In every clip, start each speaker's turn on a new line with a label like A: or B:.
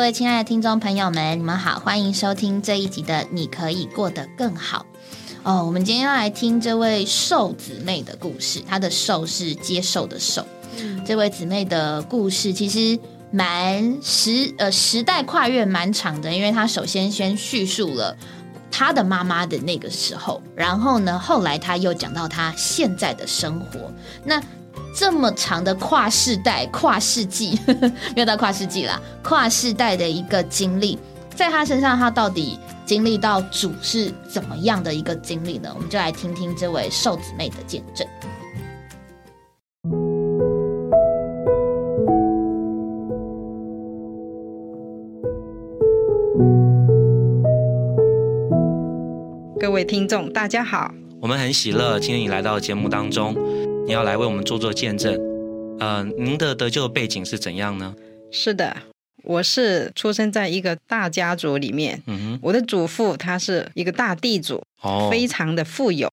A: 位亲爱的听众朋友们，你们好，欢迎收听这一集的《你可以过得更好》哦。我们今天要来听这位瘦姊妹的故事，她的“瘦”是接受的“受”。这位姊妹的故事其实蛮时呃时代跨越蛮长的，因为她首先先叙述了她的妈妈的那个时候，然后呢，后来她又讲到她现在的生活。那这么长的跨世代、跨世纪， 没有到跨世纪啦，跨世代的一个经历，在她身上，她到底经历到主是怎么样的一个经历呢？我们就来听听这位瘦姊妹的见证。
B: 各位听众，大家好。
C: 我们很喜乐，今天你来到节目当中，你要来为我们做做见证。呃，您的得救背景是怎样呢？
B: 是的，我是出生在一个大家族里面，
C: 嗯
B: 我的祖父他是一个大地主，
C: 哼，哦，
B: 非常的富有。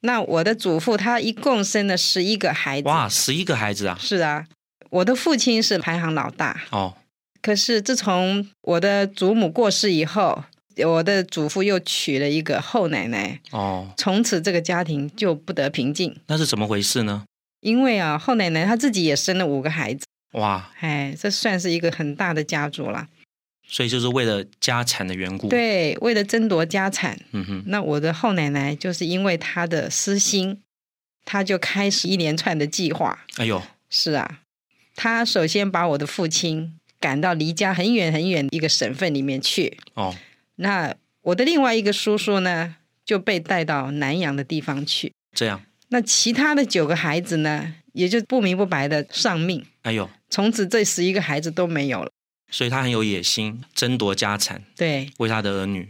B: 那我的祖父他一共生了十一个孩子。
C: 哇，！十一个孩子啊，
B: 是啊，我的父亲是排行老大。
C: 哦，
B: 可是自从我的祖母过世以后，我的祖父又娶了一个后奶奶，
C: 哦，
B: 从此这个家庭就不得平静。
C: 那是怎么回事呢？
B: 因为啊，后奶奶她自己也生了五个孩子，
C: 哇，
B: 哎，这算是一个很大的家族了。
C: 所以就是为了家产的缘故，，
B: 对，为了争夺家产，
C: 嗯哼，
B: 那我的后奶奶就是因为她的私心，她就开始一连串的计划。
C: 哎呦，
B: 是啊，她首先把我的父亲赶到离家很远很远的一个省份里面去。
C: 哦，
B: 那我的另外一个叔叔呢，就被带到南洋的地方去。
C: 这样，
B: 那其他的九个孩子呢，也就不明不白的丧命。
C: 哎呦，
B: 从此这十一个孩子都没有了。
C: 所以他很有野心，争夺家产，
B: 对，
C: 为他的儿女，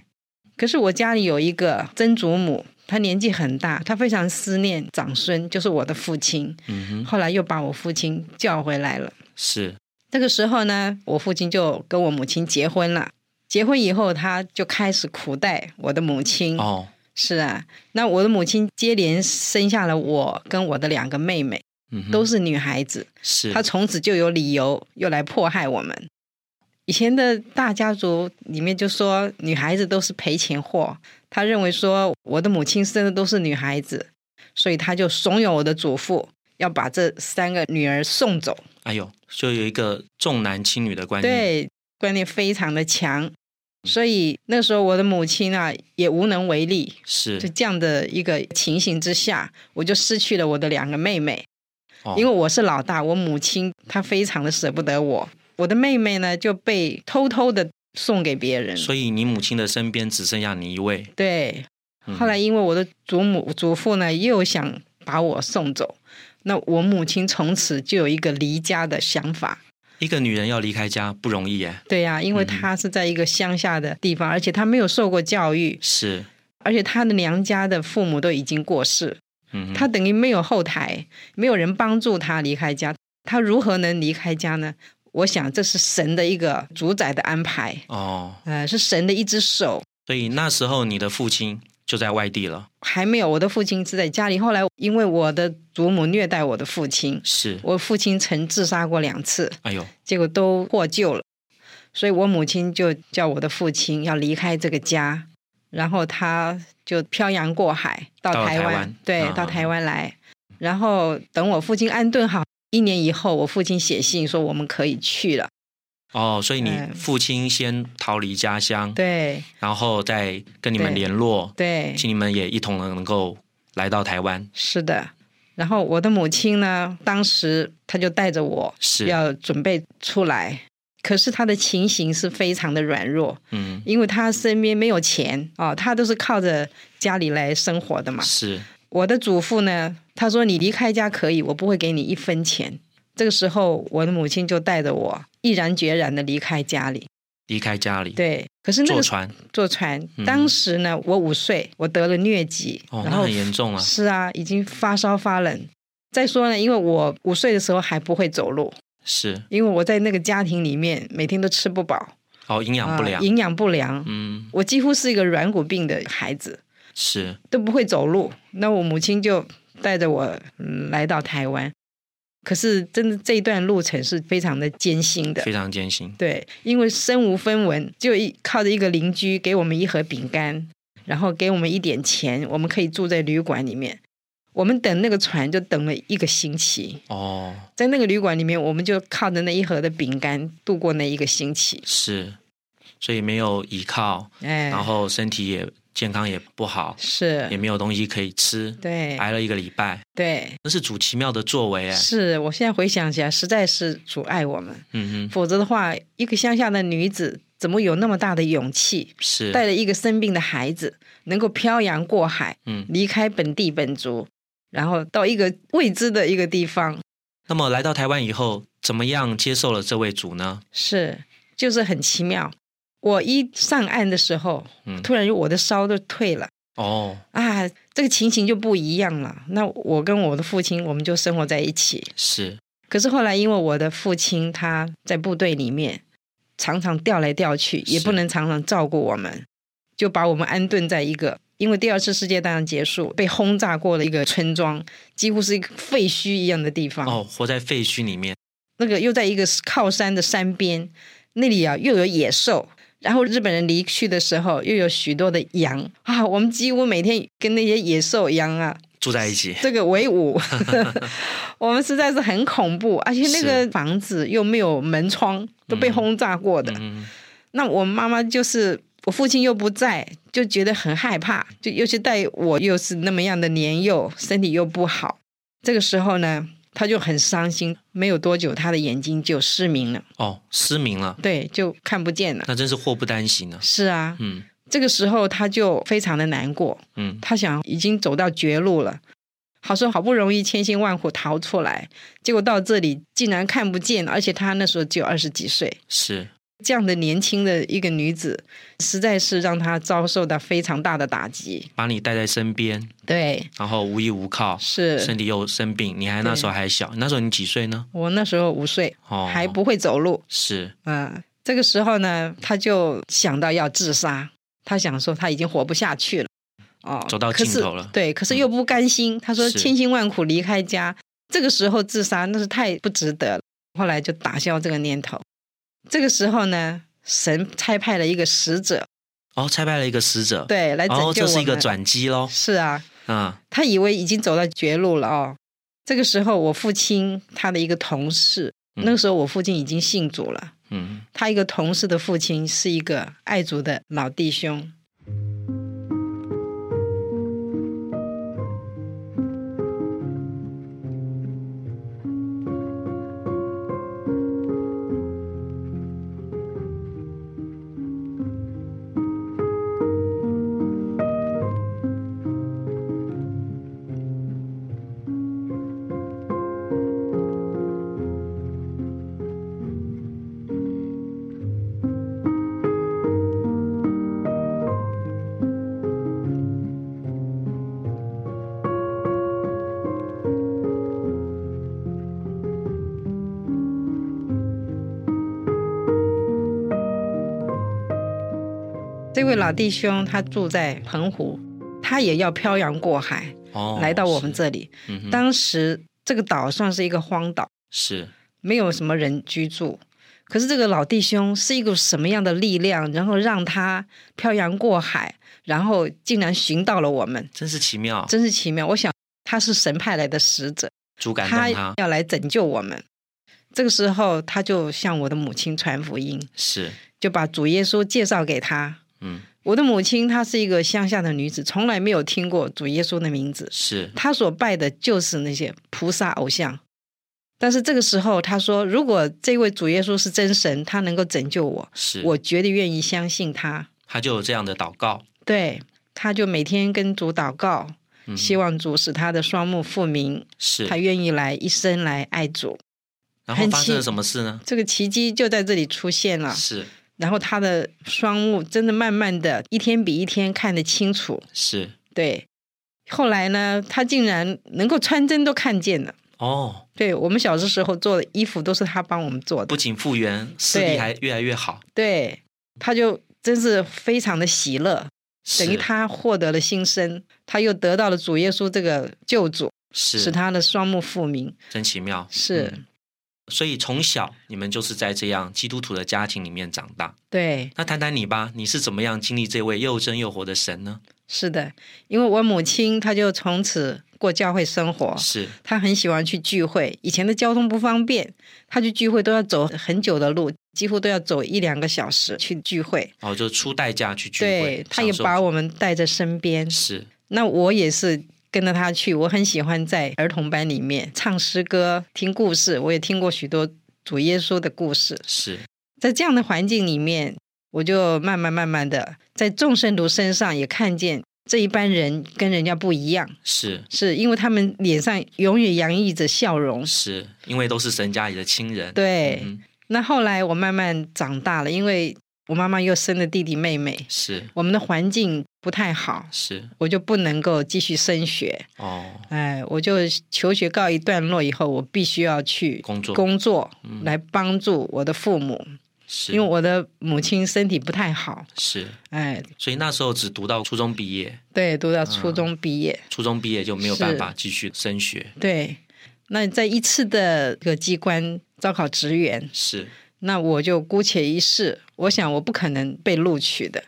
B: 可是我家里有一个曾祖母，她年纪很大，她非常思念长孙，就是我的父亲。
C: 嗯哼，
B: 后来又把我父亲叫回来了。
C: 是，
B: 这个时候呢，我父亲就跟我母亲结婚了。结婚以后，他就开始苦待我的母亲。
C: 哦，
B: 是啊，那我的母亲接连生下了我跟我的两个妹妹，
C: 嗯哼，
B: 都是女孩子。
C: 是，
B: 她从此就有理由又来迫害我们。以前的大家族里面就说女孩子都是赔钱货，他认为说我的母亲生的都是女孩子，所以他就怂恿我的祖父要把这三个女儿送走。
C: 哎呦，就有一个重男轻女的观念，，
B: 对，观念非常的强，所以那时候我的母亲啊也无能为力。就是这样的一个情形之下，我就失去了我的两个妹妹。
C: 哦，
B: 因为我是老大，我母亲她非常的舍不得我，我的妹妹呢就被偷偷的送给别人。
C: 所以你母亲的身边只剩下你一位。
B: 对，
C: 嗯
B: 后来因为我的祖母祖父呢又想把我送走，那我母亲从此就有一个离家的想法。
C: 一个女人要离开家不容易耶，
B: 对呀、因为
C: 嗯哼
B: 她是在一个乡下的地方，而且她没有受过教育，
C: 是，
B: 而且她的娘家的父母都已经过世，
C: 嗯哼，
B: 她等于没有后台，没有人帮助她离开家，她如何能离开家呢？我想这是神的一个主宰的安排，
C: 哦，
B: 呃，是神的一只手。
C: 所以那时候你的父亲就在外地了，
B: 还没有，我的父亲是在家里。后来因为我的祖母虐待我的父亲，
C: 是，
B: 我父亲曾自杀过两次，
C: 哎呦，
B: 结果都获救了，所以我母亲就叫我的父亲要离开这个家，然后他就漂洋过海到
C: 到
B: 台
C: 台湾
B: 对，
C: 嗯
B: 到台湾来，然后等我父亲安顿好。一年以后，我父亲写信说我们可以去了。
C: 哦，所以你
B: 嗯
C: 父亲先逃离家乡，
B: 对
C: 然后再跟你们
B: 对
C: 联络，
B: 对，
C: 请你们也一同能够来到台湾，
B: 是的。然后我的母亲呢，当时她就带着我
C: 是，
B: 要准备出来，可是她的情形是非常的软弱，
C: 嗯，
B: 因为她身边没有钱哦，她都是靠着家里来生活的嘛。
C: 是，
B: 我的祖父呢，他说你离开家可以，我不会给你一分钱。这个时候，我的母亲就带着我毅然决然的离开家里。
C: 离开家里，
B: 对，可是那
C: 坐
B: 个
C: 船，
B: 坐船
C: 嗯，
B: 当时呢，我五岁，我得了疟疾，
C: 哦，
B: 然
C: 那
B: 后
C: 很严重啊，
B: 是啊，已经发烧发冷。再说呢，因为我五岁的时候还不会走路，
C: 是，
B: 因为我在那个家庭里面每天都吃不饱，
C: 哦，营养不良
B: 啊，营养不良。
C: 嗯，
B: 我几乎是一个软骨病的孩子，
C: 是，
B: 都不会走路。那我母亲就带着我、嗯来到台湾，可是真的这一段路程是非常的艰辛的
C: 非，常艰辛。
B: 对，因为身无分文，就一靠着一个邻居给我们一盒饼干，然后给我们一点钱，我们可以住在旅馆里面。我们等那个船就等了一个星期，
C: 哦，
B: 在那个旅馆里面，我们就靠着那一盒的饼干度过那一个星期。
C: 是，所以没有依靠，
B: 哎，
C: 然后身体也健康也不好，也
B: 是，
C: 没有东西可以吃，
B: 对
C: 挨了一个礼拜，
B: 对，
C: 那是主奇妙的作为哎。
B: 是我现在回想起来，实在是阻碍我们。
C: 嗯哼，
B: 否则的话，一个乡下的女子怎么有那么大的勇气，
C: 是，
B: 带着一个生病的孩子，能够漂洋过海，
C: 嗯。
B: 离开本地本族，然后到一个未知的一个地方，
C: 那么来到台湾以后，怎么样接受了这位主呢？
B: 是就是很奇妙。我一上岸的时候，
C: 嗯，
B: 突然我的烧都退了。
C: 哦，
B: 啊，这个情形就不一样了。那我跟我的父亲，我们就生活在一起。
C: 是，
B: 可是后来，因为我的父亲他在部队里面，常常调来调去，也
C: 是
B: 不能常常照顾我们，就把我们安顿在一个因为第二次世界大战结束被轰炸过的一个村庄，几乎是一个废墟一样的地方。
C: 哦，活在废墟里面，
B: 那个又在一个靠山的山边，那里啊又有野兽。然后日本人离去的时候，又有许多的羊啊，我们几乎每天跟那些野兽羊啊
C: 住在一起，
B: 这个为伍，我们实在是很恐怖，而且那个房子又没有门窗，都被轰炸过的。
C: 嗯，
B: 那我妈妈就是我父亲又不在，就觉得很害怕，就尤其带我又是那么样的年幼，身体又不好，这个时候呢，他就很伤心。没有多久，他的眼睛就失明了，
C: 哦，失明了，
B: 对，就看不见了。
C: 那真是祸不单行呢。
B: 是啊，
C: 嗯
B: 这个时候他就非常的难过，
C: 嗯，
B: 他想已经走到绝路了，好说好不容易千辛万苦逃出来，结果到这里竟然看不见，而且他那时候只有二十几岁，
C: 是，
B: 这样的年轻的一个女子，实在是让他遭受到非常大的打击。
C: 把你带在身边，
B: 对，
C: 然后无依无靠，身
B: 是
C: 体又生病，你还那时候还小，那时候你几岁呢？
B: 我那时候五岁，
C: 哦，
B: 还不会走路，
C: 是，
B: 嗯，这个时候呢，他就想到要自杀，他想说他已经活不下去了，哦，
C: 走到
B: 可是
C: 尽头了嗯
B: 对，可是又不甘心，他说
C: 是
B: 千辛万苦离开家，这个时候自杀那是太不值得了，后来就打消这个念头。这个时候呢，神差派了一个使者，
C: 哦，差派了一个使者，，
B: 对，来拯救我们。
C: 哦，这是一个转机喽，
B: 是啊，
C: 嗯，
B: 他以为已经走到绝路了哦。这个时候，我父亲他的一个同事，
C: 嗯
B: 那个时候我父亲已经信主了。
C: 嗯，
B: 他一个同事的父亲是一个爱族的老弟兄。这位老弟兄他住在澎湖，他也要漂洋过海、
C: 哦，
B: 来到我们
C: 是，
B: 这里。
C: 嗯哼，
B: 当时这个岛算是一个荒岛，
C: 是，
B: 没有什么人居住。可是这个老弟兄是一个什么样的力量，然后让他漂洋过海，然后竟然寻到了我们，
C: 真是奇妙，
B: 真是奇妙。我想他是神派来的使者。
C: 主感动
B: 他
C: 他，
B: 要来拯救我们。这个时候，他就向我的母亲传福音，
C: 是，
B: 就把主耶稣介绍给他。
C: 嗯，
B: 我的母亲她是一个乡下的女子，从来没有听过主耶稣的名字。
C: 是，
B: 她所拜的就是那些菩萨偶像。但是这个时候，她说：“如果这位主耶稣是真神，他能够拯救我，
C: 是，
B: 我绝对愿意相信他。
C: 他就有这样的祷告，”
B: 对，她就每天跟主祷告，
C: 嗯，
B: 希望主使他的双目复明，
C: 是，
B: 他愿意来一生来爱主。
C: 然后
B: 很啊
C: 发生了
B: 气
C: 什么事呢？
B: 这个奇迹就在这里出现了。
C: 是
B: 然后他的双目真的慢慢的一天比一天看得清楚，
C: 是，
B: 对。后来呢，他竟然能够穿针都看见了。
C: 哦，
B: 对我们小的时候做的衣服都是他帮我们做的，
C: 不仅复原，视力
B: 对
C: 还越来越好，
B: 对，他就真是非常的喜乐，等于
C: 是
B: 他获得了新生，他又得到了主耶稣这个救主，使
C: 是，
B: 他的双目复明。
C: 真奇妙。
B: 是
C: 嗯所以从小你们就是在这样基督徒的家庭里面长大。
B: 对，
C: 那谈谈你吧，你是怎么样经历这位又真又活的神呢？
B: 是的，因为我母亲她就从此过教会生活，
C: 是
B: 她很喜欢去聚会。以前的交通不方便，她去聚会都要走很久的路，几乎都要走一两个小时去聚会。
C: 哦，就出代价去聚
B: 对
C: 会，，
B: 她也
C: 享受
B: 把我们带在身边。
C: 是
B: 那我也是跟着她去，我很喜欢在儿童班里面唱诗歌、听故事，我也听过许多主耶稣的故事。
C: 是
B: 在这样的环境里面，我就慢慢慢慢的在众圣徒身上也看见这一班人跟人家不一样，
C: 是
B: 是因为他们脸上永远洋溢着笑容。
C: 是，因为都是神家里的亲人。
B: 对，
C: 嗯，
B: 那后来我慢慢长大了，因为我妈妈又生了弟弟妹妹，
C: 是
B: 我们的环境不太好，
C: 是
B: 我就不能够继续升学。
C: 哦，
B: 哎，我就求学告一段落以后，我必须要去
C: 工作
B: 工作
C: 嗯
B: 来帮助我的父母，
C: 是
B: 因为我的母亲身体不太好，
C: 是，
B: 哎，
C: 所以那时候只读到初中毕业，
B: 对，读到
C: 嗯
B: 初中毕业，
C: 初中毕业就没有办
B: 是
C: 法继续升学。
B: 对。那在一次的这个机关招考职员，
C: 是
B: 那我就姑且一试，我想我不可能被录取的，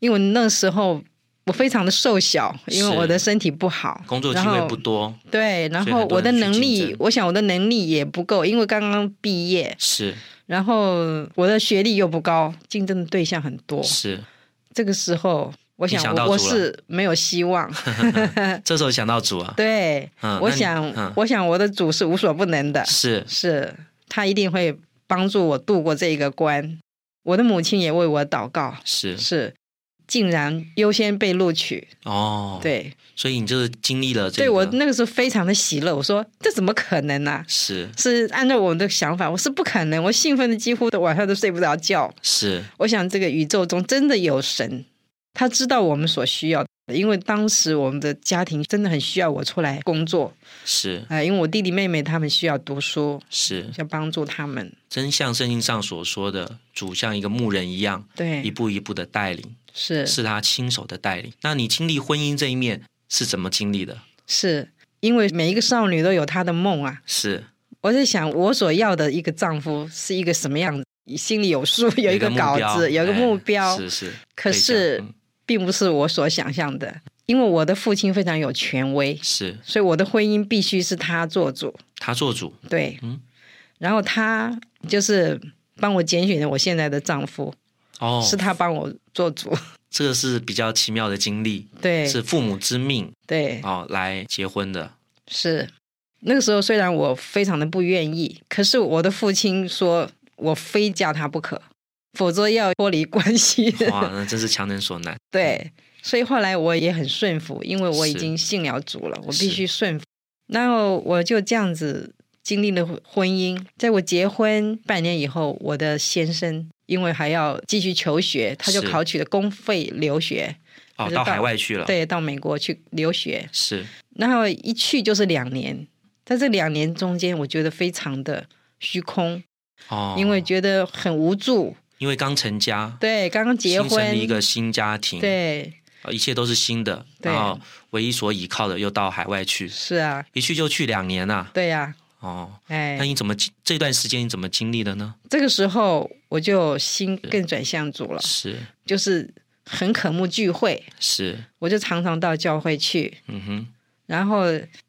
B: 因为那时候我非常的瘦小，
C: 是
B: 因为我的身体不好，
C: 工作机
B: 然后
C: 会不多，
B: 对，然
C: 所以
B: 后
C: 很多
B: 我的
C: 人去
B: 能
C: 竞
B: 力
C: 争，
B: 我想我的能力也不够，因为刚刚毕业，
C: 是
B: 然后我的学历又不高，竞争的对象很多，
C: 是。
B: 这个时候。我
C: 你
B: 想
C: 想
B: 我
C: 到
B: 我
C: 主了
B: 是没有希 望，
C: 这时候想到主啊，
B: 呃对，
C: 嗯
B: 我
C: 那你
B: 想，
C: 嗯
B: 我想我的主是无所不能的，
C: 是
B: 是他一定会帮助我度过这一个关。我的母亲也为我祷告，
C: 是
B: 是竟然优先被录取，
C: 哦，，
B: 对，
C: 所以你就是经历了这个，
B: 对我那个时候非常的喜乐，我说这怎么可能呢、
C: 是
B: 是按照我的想法，我是不可能，我兴奋的几乎都晚上都睡不着觉。
C: 是
B: 我想这个宇宙中真的有神，他知道我们所需要的，因为当时我们的家庭真的很需要我出来工作，
C: 是
B: 呃，因为我弟弟妹妹他们需要读书，
C: 是，
B: 要帮助他们。
C: 真像圣经上所说的，主像一个牧人一样，一
B: 对，
C: 步一步的带领，
B: 嗯是
C: 是他亲手的带领。那你经历婚姻这一面是怎么经历的？
B: 是，因为每一个少女都有她的梦啊。
C: 是
B: 我在想，我所要的一个丈夫是一个什么样子，心里有 数，有一个
C: 目
B: 稿
C: 标
B: 子，有一个
C: 哎
B: 目标，
C: 是是。
B: 可
C: 以讲
B: 是
C: 嗯
B: 并不是我所想象的。因为我的父亲非常有权威，
C: 是
B: 所以我的婚姻必须是他做主。
C: 他做主，
B: 对，
C: 嗯
B: 然后他就是帮我拣选了我现在的丈夫，
C: 哦，
B: 是他帮我做主。
C: 这个是比较奇妙的经历，
B: 对，
C: 是父母之命
B: 对，
C: 哦来结 婚的，
B: 是那个时候，虽然我非常的不愿意，可是我的父亲说我非嫁他不可，否则要脱离关系。
C: 哇，那真是强人所难，
B: 对，所以后来我也很顺服，因为我已
C: 是
B: 经信了主了，我
C: 是
B: 必须顺服。然后我就这样子经历了婚姻。在我结婚半年以后，我的先生因为还要继续求学，他就是考取了公费留学，
C: 哦，
B: 知
C: 到
B: 道
C: 海外去了，，
B: 对，到美国去留学。
C: 是
B: 然后一去就是两年，在这两年中间，我觉得非常的虚空，
C: 哦，
B: 因为觉得很无助。
C: 因为刚成家，
B: 对，刚刚结
C: 新成
B: 婚
C: 立一，个新家庭，
B: 对，
C: 呃，一切都是新的，
B: 对
C: 然后唯一所倚靠的又到海外去，
B: 是啊，
C: 一去就去两年啊，
B: 对呀、
C: 哦，那
B: 哎，
C: 你怎么经这段时间你怎么经历的呢？
B: 这个时候我就心更转向主了，
C: 是
B: 就是很渴慕聚会，
C: 是，
B: 我就常常到教会去，
C: 嗯哼，
B: 然后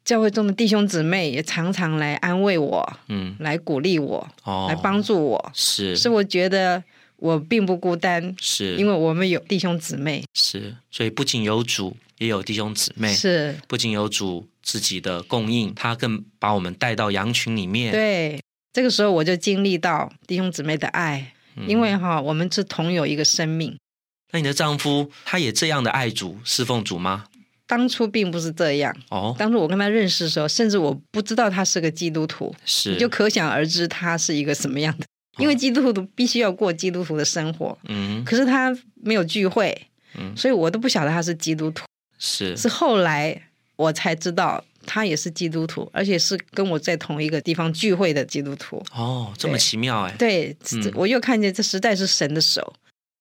B: 教会中的弟兄姊妹也常常来安慰我，
C: 嗯，
B: 来鼓励我，
C: 哦，
B: 来帮助我，
C: 是
B: 所以我觉得我并不孤单，
C: 是，
B: 因为我们有弟兄姊妹，
C: 是，所以不仅有主，也有弟兄姊妹，
B: 是
C: 不仅有主自己的供应，他更把我们带到羊群里面，
B: 对，这个时候我就经历到弟兄姊妹的爱，
C: 嗯
B: 因为哈，我们是同有一个生命。
C: 那你的丈夫他也这样的爱主侍奉主吗？
B: 当初并不是这样，
C: 哦，
B: 当初我跟他认识的时候，甚至我不知道他是个基督徒，
C: 是，哦
B: 你就可想而知他是一个什么样的。因为基督徒必须要过基督徒的生活，
C: 嗯
B: 可是他没有聚会，
C: 嗯，
B: 所以我都不晓得他是基督徒。
C: 是
B: 是后来我才知道他也是基督徒，而且是跟我在同一个地方聚会的基督徒。
C: 哦，这么
B: 对
C: 奇妙哎，
B: 对，
C: 嗯
B: 这我又看见这实在是神的手。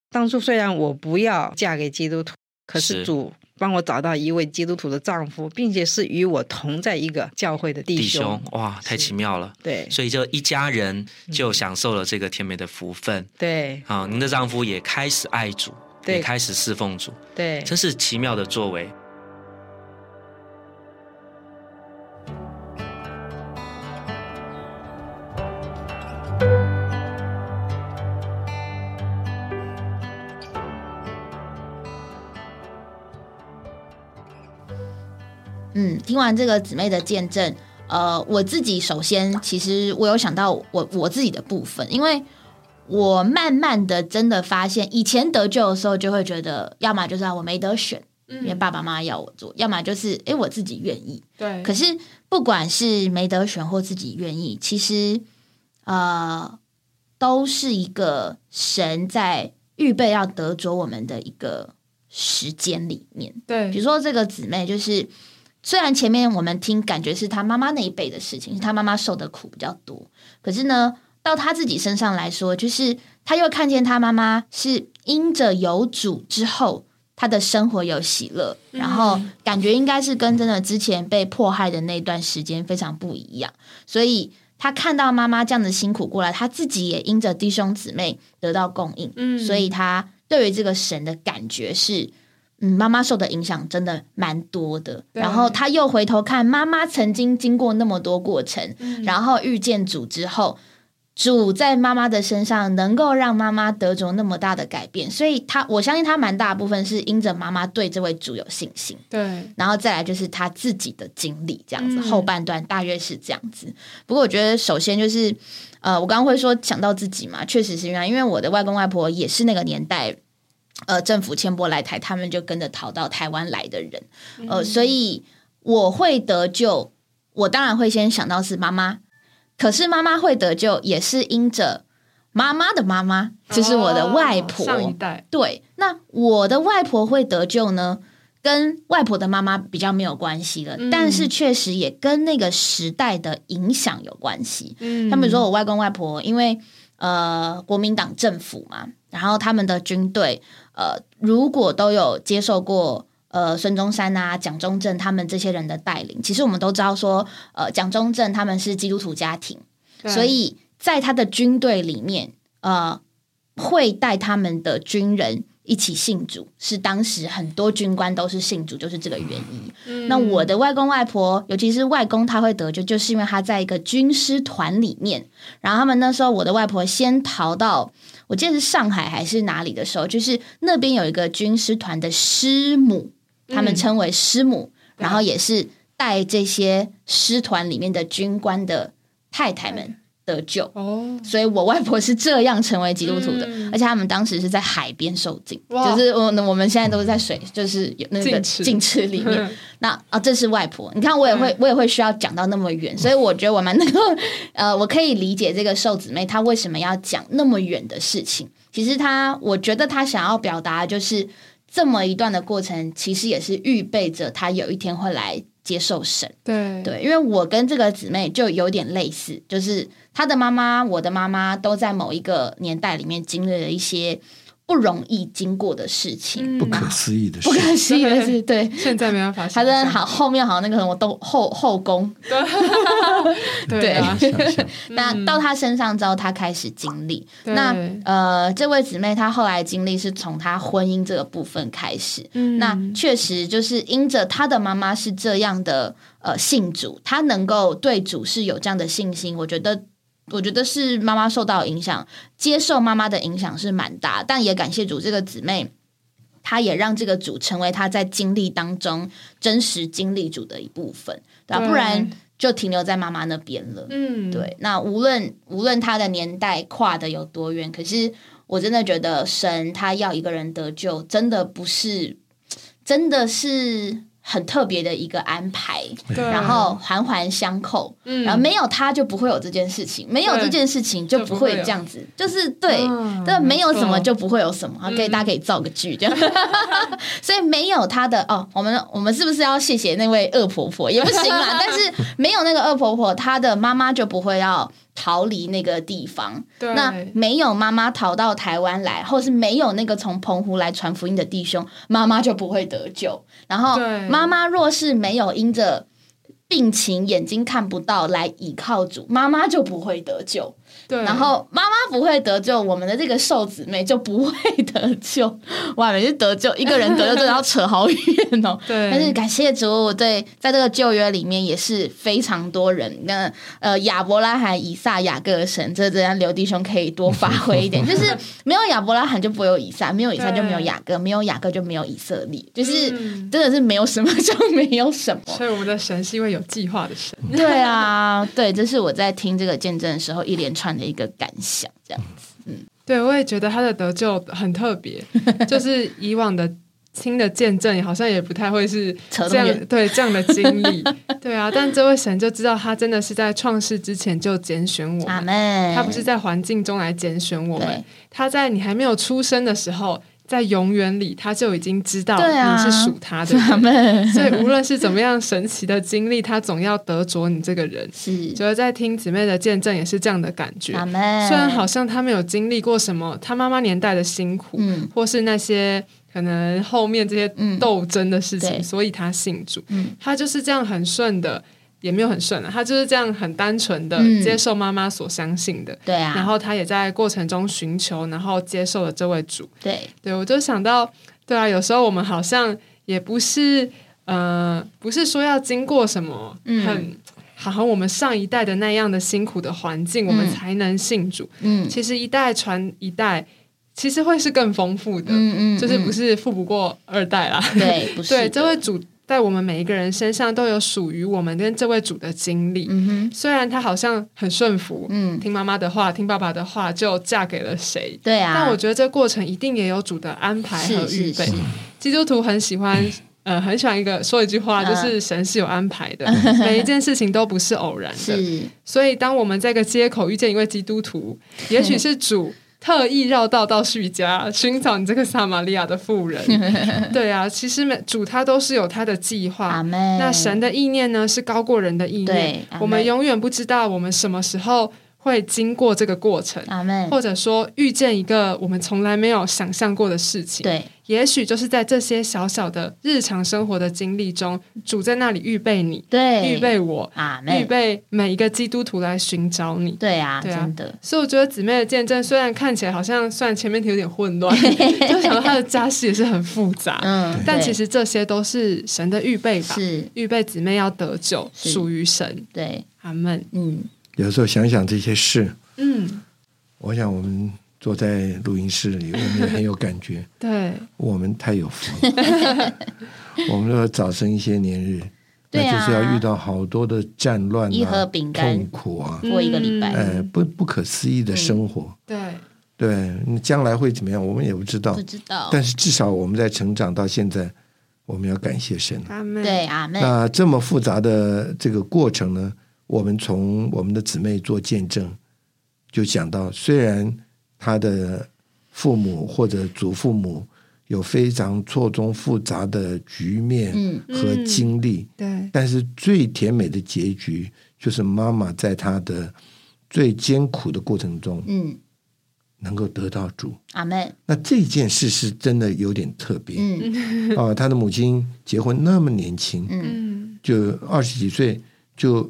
B: 当初虽然我不要嫁给基督徒，可是
C: 是
B: 主帮我找到一位基督徒的丈夫，并且是与我同在一个教会的弟
C: 弟
B: 兄。
C: 兄，哇，太奇妙了！
B: 对
C: 所以就一家人就享受了这个甜美的福分
B: 对
C: 啊！您的丈夫也开始爱主，
B: 对
C: 也开始侍奉主，
B: 对，
C: 真是奇妙的作为。
A: 嗯，听完这个姊妹的见证，呃，我自己首先其实我有想到我我自己的部分，因为我慢慢的真的发现，以前得救的时候就会觉得，要么就是啊我没得选，因为爸爸妈妈要我做，要么就是诶我自己愿意。
D: 对，
A: 可是不管是没得选或自己愿意，其实呃，都是一个神在预备要得着我们的一个时间里面。比
D: 对
A: 如说这个姊妹，就是虽然前面我们听感觉是她妈妈那一辈的事情，是她妈妈受的苦比较多，可是呢，到她自己身上来说，就是她又看见她妈妈是因着有主之后。她的生活有喜乐，然后感觉应该是跟真的之前被迫害的那段时间非常不一样，所以她看到妈妈这样子辛苦过来，她自己也因着弟兄姊妹得到供应，
D: 嗯
A: 所以她对于这个神的感觉是嗯，妈妈受的影响真的蛮多的。
D: 对
A: 然后他又回头看妈妈曾经经过那么多过程，
D: 嗯
A: 然后遇见主之后，主在妈妈的身上能够让妈妈得着那么大的改变，所以他我相信他蛮大部分是因着妈妈对这位主有信心。
D: 对
A: 然后再来就是他自己的经历，这样子、
D: 嗯
A: 后半段大约是这样子。不过我觉得首先就是，呃，我刚刚会说想到自己嘛，确实是因为因为我的外公外婆也是那个年代，呃，政府迁拨来台，他们就跟着逃到台湾来的人，
D: 嗯
A: 呃，所以我会得救，我当然会先想到是妈妈，可是妈妈会得救也是因着妈妈的妈妈，就是我的外婆，
D: 哦上一代，
A: 对，那我的外婆会得救呢，跟外婆的妈妈比较没有关系了，
D: 嗯
A: 但是确实也跟那个时代的影响有关系。
D: 嗯
A: 他们说我外公外婆因为呃国民党政府嘛，然后他们的军队呃如果都有接受过。呃，孙中山啊，蒋中正他们这些人的带领，其实我们都知道说，呃，蒋中正他们是基督徒家庭，
D: 对
A: 所以在他的军队里面，呃，会带他们的军人一起信主，是当时很多军官都是信主，就是这个原因。
D: 嗯
A: 那我的外公外婆，尤其是外公，他会得救，就是因为他在一个军师团里面。然后他们那时候，我的外婆先逃到，我记得是上海还是哪里的时候，就是那边有一个军师团的师母，他们
D: 嗯
A: 称为师母，
D: 对
A: 然后也是带这些师团里面的军官的太太们得救。
D: 哦，
A: 所以我外婆是这样成为基督徒的，
D: 嗯
A: 而且他们当时是在海边受浸，
D: 哇
A: 就是我我们现在都是在水，就是有那个
D: 浸池嗯
A: 浸池里面。那啊，这是外婆，你看我也会，我也会需要讲到那么远，所以我觉得我蛮能够， 呃，我可以理解这个瘦姊妹她为什么要讲那么远的事情。其实她，我觉得她想要表达的就是这么一段的过程，其实也是预备着她有一天会来接受神。
D: 对
A: 对，因为我跟这个姊妹就有点类似，就是她的妈妈、我的妈妈都在某一个年代里面经历了一些不容易经过的事情，
D: 嗯
E: 不可思议的事
A: 不，可思议的是，对。
D: 现在没办法
A: 她
D: 想象，
A: 真的好，后面好像那个什么都后后宫，
D: 对啊，
E: 想象
A: 那到她身上之后，她开始经历。
D: 对
A: 那呃，这位姊妹她后来经历是从她婚姻这个部分开始，
D: 嗯
A: 那确实就是因着他的妈妈是这样的呃信主，他能够对主是有这样的信心，我觉得。我觉得是妈妈受到影响，接受妈妈的影响是蛮大，但也感谢主这个姊妹，她也让这个主成为她在经历当中真实经历主的一部分，对吧、
D: 对
A: 不然就停留在妈妈那边了。
D: 嗯，
A: 对，那无论无论他的年代跨的有多远，可是我真的觉得神他要一个人得救，真的不是，真的是很特别的一个安排，
D: 对，
A: 然后环环相扣，
D: 嗯
A: 然后没有他就不会有这件事情，没有
D: 对
A: 这件事情就
D: 就
A: 不
D: 不会
A: 会
D: 有
A: 这样子，就是对。
D: 嗯
A: 但没有什么
D: 错
A: 就不会有什么，好可以大家可以造个句这样， 所以没有他的哦，我们我们是不是要谢 谢那位恶婆婆也不行啦？但是没有那个恶婆婆，她的妈妈就不会要逃离那个地方。
D: 对，
A: 那没有妈妈逃到台湾来，或是没有那个从澎湖来传福音的弟兄，妈妈就不会得救。然后
D: 对
A: 妈妈若是没有因着病情眼睛看不到来倚靠主，妈妈就不会得救。
D: 对，
A: 然后妈妈不会得救，我们的这个瘦姊妹就不会得救。 哇，每次得救一个人得救，真的要扯好远哦。
D: 对，
A: 但是感谢主，我对在这个旧约里面也是非常多人。那呃，亚伯拉罕、以撒、雅各神，这这样刘弟兄可以多发挥 一点，就是没有亚伯拉罕就不会有以撒，没有以撒就没有雅各，没有雅各就没有以色列，就是
D: 嗯
A: 真的是没有什么就没有什么。
D: 所以我们的神是一位有计划的神。
A: 对啊，对，这是我在听这个见证的时候一连串的一个感想，这样。
D: 对，我也觉得他的得救很特 别，就是以往的听的见证好像也不太会是
A: 扯
D: 这
A: 那么
D: 样
A: 远，
D: 对这样的经历， 对啊。但这位神就知道他真的是在创世之前就拣选我
A: 阿
D: 们，
A: 妹，
D: 他不是在环境中来拣选我们
A: 对，
D: 他在你还没有出生的时候，在永远里他就已经知道
A: 对啊
D: 你是属他的
A: 阿
D: 人。
A: 妹
D: 所以无论是怎么样神奇的经历，他总要得着你这个人。
A: 是
D: 觉得在听姊妹的见证也是这样的感觉，
A: 阿妹，
D: 虽然好像他没有经历过什么他妈妈年代的辛苦，
A: 嗯
D: 或是那些可能后面这些
A: 嗯
D: 斗争的事情，
A: 对
D: 所以他信主，
A: 嗯
D: 他就是这样很顺的，也没有很顺啊，他就是这样很单纯的
A: 嗯
D: 接受妈妈所相信的，
A: 对啊，
D: 然后他也在过程中寻求，然后接受了这位主。
A: 对
D: 对我就想到，对啊，有时候我们好像也不是，呃，不是说要经过什么
A: 嗯
D: 很。好像我们上一代的那样的辛苦的环境，我们
A: 嗯
D: 才能信主。
A: 嗯
D: 其实一代传一代，其实会是更丰富的，
A: 嗯嗯，
D: 就是不
A: 是
D: 是富不过二代啦。
A: 嗯对不是
D: 对，
A: 的
D: 这位主在我们每一个人身上都有属于我们跟这位主的经历。
A: 嗯哼
D: 虽然他好像很顺服，
A: 嗯
D: 听妈妈的话，听爸爸的话，就嫁给了谁。
A: 对啊，
D: 但我觉得这过程一定也有主的安排和
A: 是
D: 预
A: 是
D: 备。
A: 是，
D: 基督徒很 喜欢，呃，很喜欢一个说一句话，
A: 嗯
D: 就是神是有安排的，每一件事情都不是偶然的。
A: 是
D: 所以，当我们在一个街口遇见一位基督徒，也许是主特意绕道到 叙家寻找你这个撒玛利亚的妇人。对啊，其实每主他都是有他的计
A: 阿
D: 划。
A: 妹，
D: 啊那神的意念呢，是高过人的意念
A: 对。阿
D: 我们
A: 门
D: 永远不知道我们什么时候会经过这个过程，
A: 阿妹，
D: 或者说遇见一个我们从来没有想象过的事情。
A: 对
D: 也许就是在这些小小的日常生活的经历中，主在那里预备你，
A: 对
D: 预备我，
A: 阿
D: 预
A: 妹，
D: 备每一个基督徒来寻找你。
A: 对啊，
D: 对啊
A: 真的
D: 所以我觉得姊妹的见证虽然看起来好像，虽然前面有点混 乱，就想到她的家世也是很复杂，
A: 嗯，
D: 但
A: 对
D: 其实这些都是神的预备吧，
A: 是
D: 预备姊妹要得救，
A: 是
D: 属于神。
A: 对，
D: 阿门。
A: 嗯
E: 有时候想想这些事，
D: 嗯，
E: 我想我们坐在录音室里，我们也很有感觉，
D: 对，
E: 我们太有福了。 我们说早生一些年日，
A: 对
E: 那
A: 啊
E: 就是要遇到好多的战乱、啊、
A: 一盒饼干嗯
E: 痛苦啊，
A: 过一个礼拜
E: 哎，不不可思议的生活。
D: 嗯对，
E: 对，你将来会怎么样，我们也不知道
A: 不。知道，
E: 但是至少我们在成长到现在，我们要感谢神。
D: 阿门。
A: 对阿妹，
E: 那这么复杂的这个过程呢，我们从我们的姊妹做见证，就讲到，虽然她的父母或者祖父母有非常错综复杂的局面
A: 嗯
E: 和经历，
D: 对，
E: 但是最甜美的结局就是妈妈在她的最艰苦的过程中
A: 嗯
E: 能够得到主。
A: 阿妹，
E: 那这件事是真的有点特别啊、
A: 嗯
E: 她的母亲结婚那么年轻，
A: 嗯
D: 嗯，
E: 就二十几岁就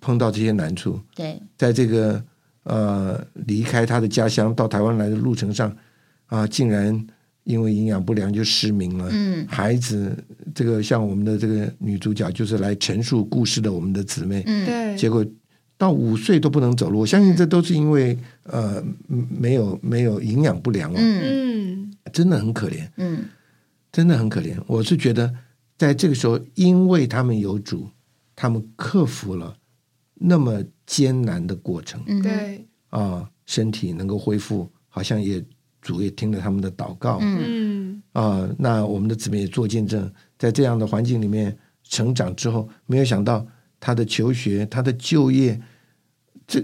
E: 碰到这些难处，
A: 对
E: 在这个呃离开他的家乡到台湾来的路程上啊，竟然因为营养不良就失明了。
A: 嗯
E: 孩子，这个像我们的这个女主角，就是来陈述故事的我们的姊妹，
A: 嗯
D: 对，
E: 结果到五岁都不能走路。我相信这都是因为呃没有没有营养不良哦，
A: 嗯
D: 嗯，
E: 真的很可怜，
A: 嗯
E: 真的很可怜。我是觉得，在这个时候，因为他们有主，他们克服了那么艰难的过程
A: 嗯，
D: 对，
E: 啊，身体能够恢复，好像也主也听了他们的祷告
A: 嗯
D: 嗯，
E: 啊。那我们的姊妹也做见证，在这样的环境里面成长之后，没有想到她的求学、她的就业，这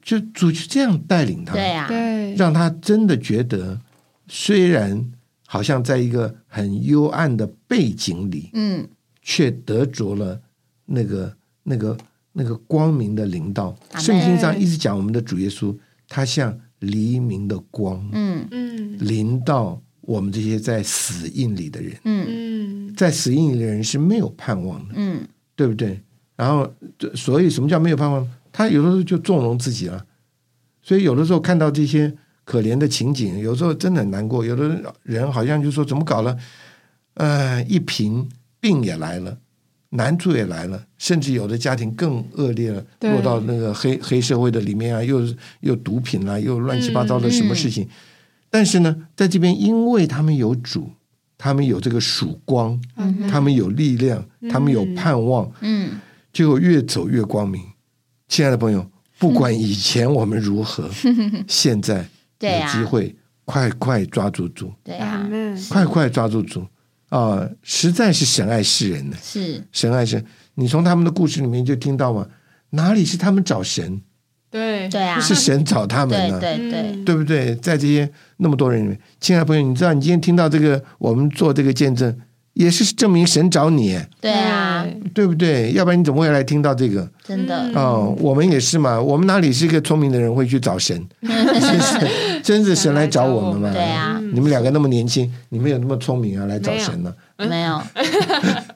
E: 就主就这样带领她，
A: 对啊，
D: 对，
E: 让他真的觉得，虽然好像在一个很幽暗的背景里，
A: 嗯
E: 却得着了那个那个那个光明的灵道。
A: 阿们
E: 圣经上一直讲我们的主耶稣，他像黎明的光，
A: 嗯
D: 嗯
E: 临到我们这些在死荫里的人，
A: 嗯
D: 嗯
E: 在死荫里的人是没有盼望的，
A: 嗯
E: 对不对？然后，这所以什么叫没有盼望？他有的时候就纵容自己了。所以有的时候看到这些可怜的情景，有时候真的很难过。有的人好像就说怎么搞了？呃，一贫病也来了，难处也来了，甚至有的家庭更恶劣了，
D: 对
E: 落到那个黑黑社会的里面啊，又又毒品啦、又乱七八糟的什么
D: 嗯
E: 事情。但是呢，在这边，因为他们有主，他们有这个曙光，
D: 嗯
E: 他们有力量，他们有盼望，
A: 嗯
E: 结果越走越光明。亲爱的朋友，不管
A: 嗯
E: 以前我们 如何，现在有
A: 对啊
E: 机会，快快抓住主，
A: 对
D: 阿
A: 啊，
D: 门
E: 快快抓住主啊、实在是神爱世人呢，
A: 是
E: 神爱世人。你从他们的故事里面就听到嘛，哪里是他们找神，
D: 对
A: 对啊，
E: 是神找他们
A: 对
E: 呢、
A: 对对，
D: 嗯
E: 对不对？在这些那么多人里面，亲爱的朋友，你知道你今天听到这个，我们做这个见证，也是证明神找你，
A: 对啊，
E: 对不对？要不然你怎么会来听到这个？
A: 真
D: 嗯
A: 的，
E: 哦，我们也是嘛，我们哪里是一个聪明的人会去 找神？真是真是神来找我们嘛。
A: 对啊，
E: 你们两个那么年轻，你们有那么聪明啊，来找神呢、
A: 没有，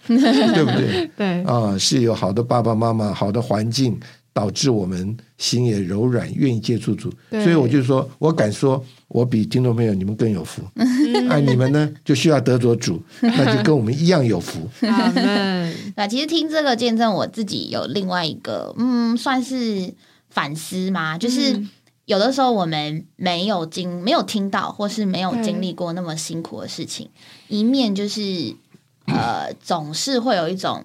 E: 对不对？
D: 对
E: 啊、是有好的爸爸妈妈、好的环境，导致我们心也柔软，愿意接触主。
D: 对
E: 所以我就说，我敢说，我比听众朋友你们更有福。
A: 嗯
D: 嗯
E: 啊， 你们呢就需要得着主，那就跟我们一样 有福。
D: 阿门
A: 啊那其实听这个见证，我自己有另外一个，嗯，算是反思嘛， 就是
D: 嗯
A: 有的时候我们没有经、没有听到，或是没有
D: 对
A: 经历过那么辛苦的事情，一面就是呃，总是会有一种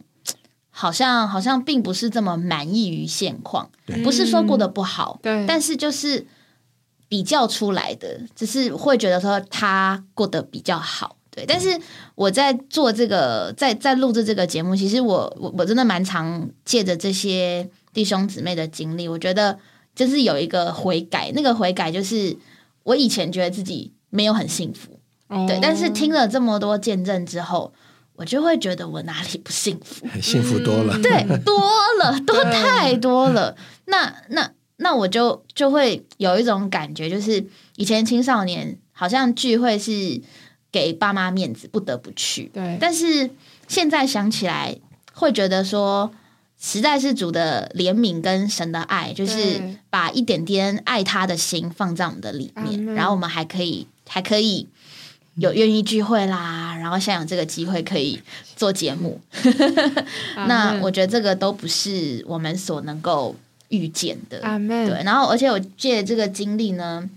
A: 好像好像并不是这么满意于现况，不是说过得不好，
D: 嗯对，
A: 但
D: 是
A: 是就是比较出来的，只是会觉得说他过得比较好。对，但是我在做这个，在在录制这个节目，其实我我我真的蛮常借着这些弟兄姊妹的经历，我觉得就是有一个悔改，那个悔改就是我以前觉得自己没有很幸福，
D: 哦
A: 对，但是
E: 哦
A: 听了这么多见证之后，我就会觉得我哪里不幸福，
E: 哎幸福多
D: 嗯
E: 了。
A: 对，多了，多太多了。那那那我就就会有一种感觉，就是以前青少年好像聚会是给爸妈面子，不得不去。
D: 对
A: 但是现在想起来，会觉得说，实在是主的怜悯跟神的爱，就是
D: 对
A: 把一点点爱他的心放在我们的里
D: 阿
A: 面，
D: 们
A: 然后我们还可以还可以有愿意聚会啦，然后现在有这个机会可以做节目，
D: 啊
A: 那
D: 嗯
A: 我觉得这个都不是我们所能够预见的。
D: 阿门
A: 对，然后而且我借这个经历呢，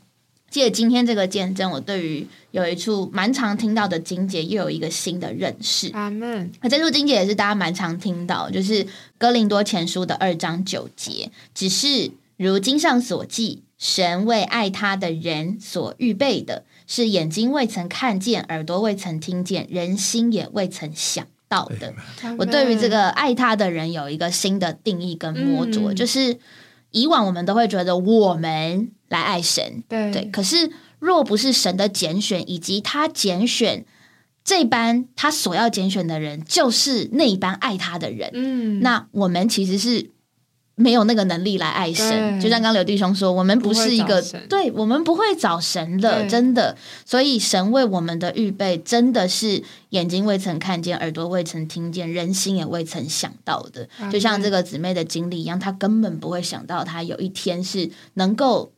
A: 借今天这个见证，我对于有一处蛮常听到的经节，又有一个新的认识。
D: 阿门
A: 那这处经节也是大家蛮常听到，就是《哥林多前书》的二章九节，只是如经上所记，神为爱他的人所预备的，是眼睛未曾看见，耳朵未曾听见，人心也未曾想到的。我对于这个爱他的人有一个新的定义跟摸着，
D: 嗯
A: 就是以往我们都会觉得我们来爱神，
D: 对
A: 对，可是若不是神的拣选，以及他拣选这般他所要拣选的人，就是那一般爱他的人，
D: 嗯
A: 那我们其实是。没有那个能力来爱神，
D: 对
A: 就像刚刚刘弟兄说，我们不是一个
D: 不会找神
A: 对，我们不会找神的，
D: 对
A: 真的。所以神为我们的预备，真的是眼睛未曾看见，耳朵未曾听见，人心也未曾想到的。
D: 嗯
A: 就像这个姊妹的经历一样，她根本不会想到，她有一天是能够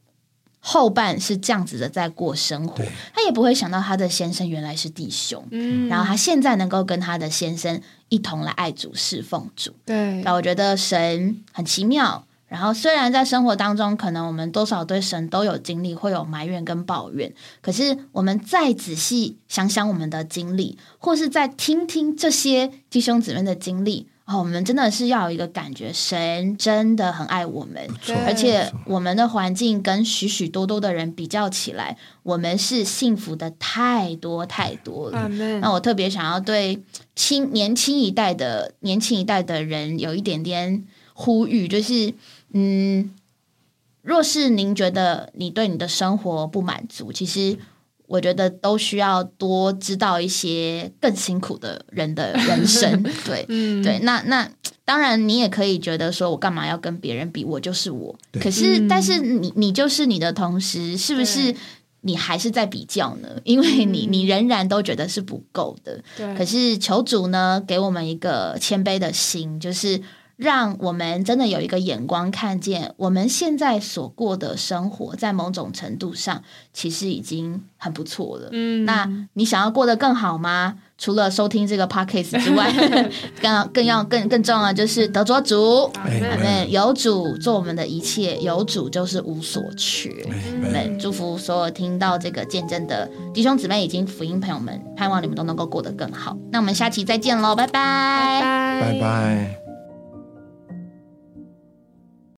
A: 后半是这样子的在过生活
E: 对，
A: 她也不会想到她的先生原来是弟兄，
D: 嗯
A: 然后她现在能够跟她的先生一同来爱主、侍奉主。
D: 对
A: 那我觉得神很奇妙。然后虽然在生活当中，可能我们多少对神都有经历，会有埋怨跟抱怨，可是我们再仔细想想我们的经历，或是再听听这些弟兄姊妹的经历。哦，我们真的是要有一个感觉，神真的很爱我们，
E: 错
A: 而且我们的环境跟许许多多的人比较起来，我们是幸福的太多太多了。
D: 阿门
A: 那我特别想要对青年轻一代的年轻一代的人有一点点呼吁，就是嗯，若是您觉得你对你的生活不满足，其实我觉得都需要多知道一些更辛苦的人的人生，对。
D: 嗯
A: 对，那那当然，你也可以觉得说，我干嘛要跟别人比？我就是我。
E: 对
A: 可是，
D: 嗯
A: 但是你你就是你的同时，是不是你还是在比较呢？因为你你仍然都觉得是不够的。
D: 嗯对，
A: 可是求主呢，给我们一个谦卑的心，就是让我们真的有一个眼光，看见我们现在所过的生活，在某种程度上其实已经很不错了。
D: 嗯
A: 那你想要过得更好吗？除了收听这个 podcast 之 外，更更要更更重要的就是得着主，
E: 哎
A: 我们有主做我们的一切，有主就是无所缺。我
E: 哎，
A: 们祝福所有听到这个见证的弟兄姊妹以及福音朋友们，盼望你们都能够过得更好。那我们下期再见喽，拜拜
D: 拜
E: 拜拜。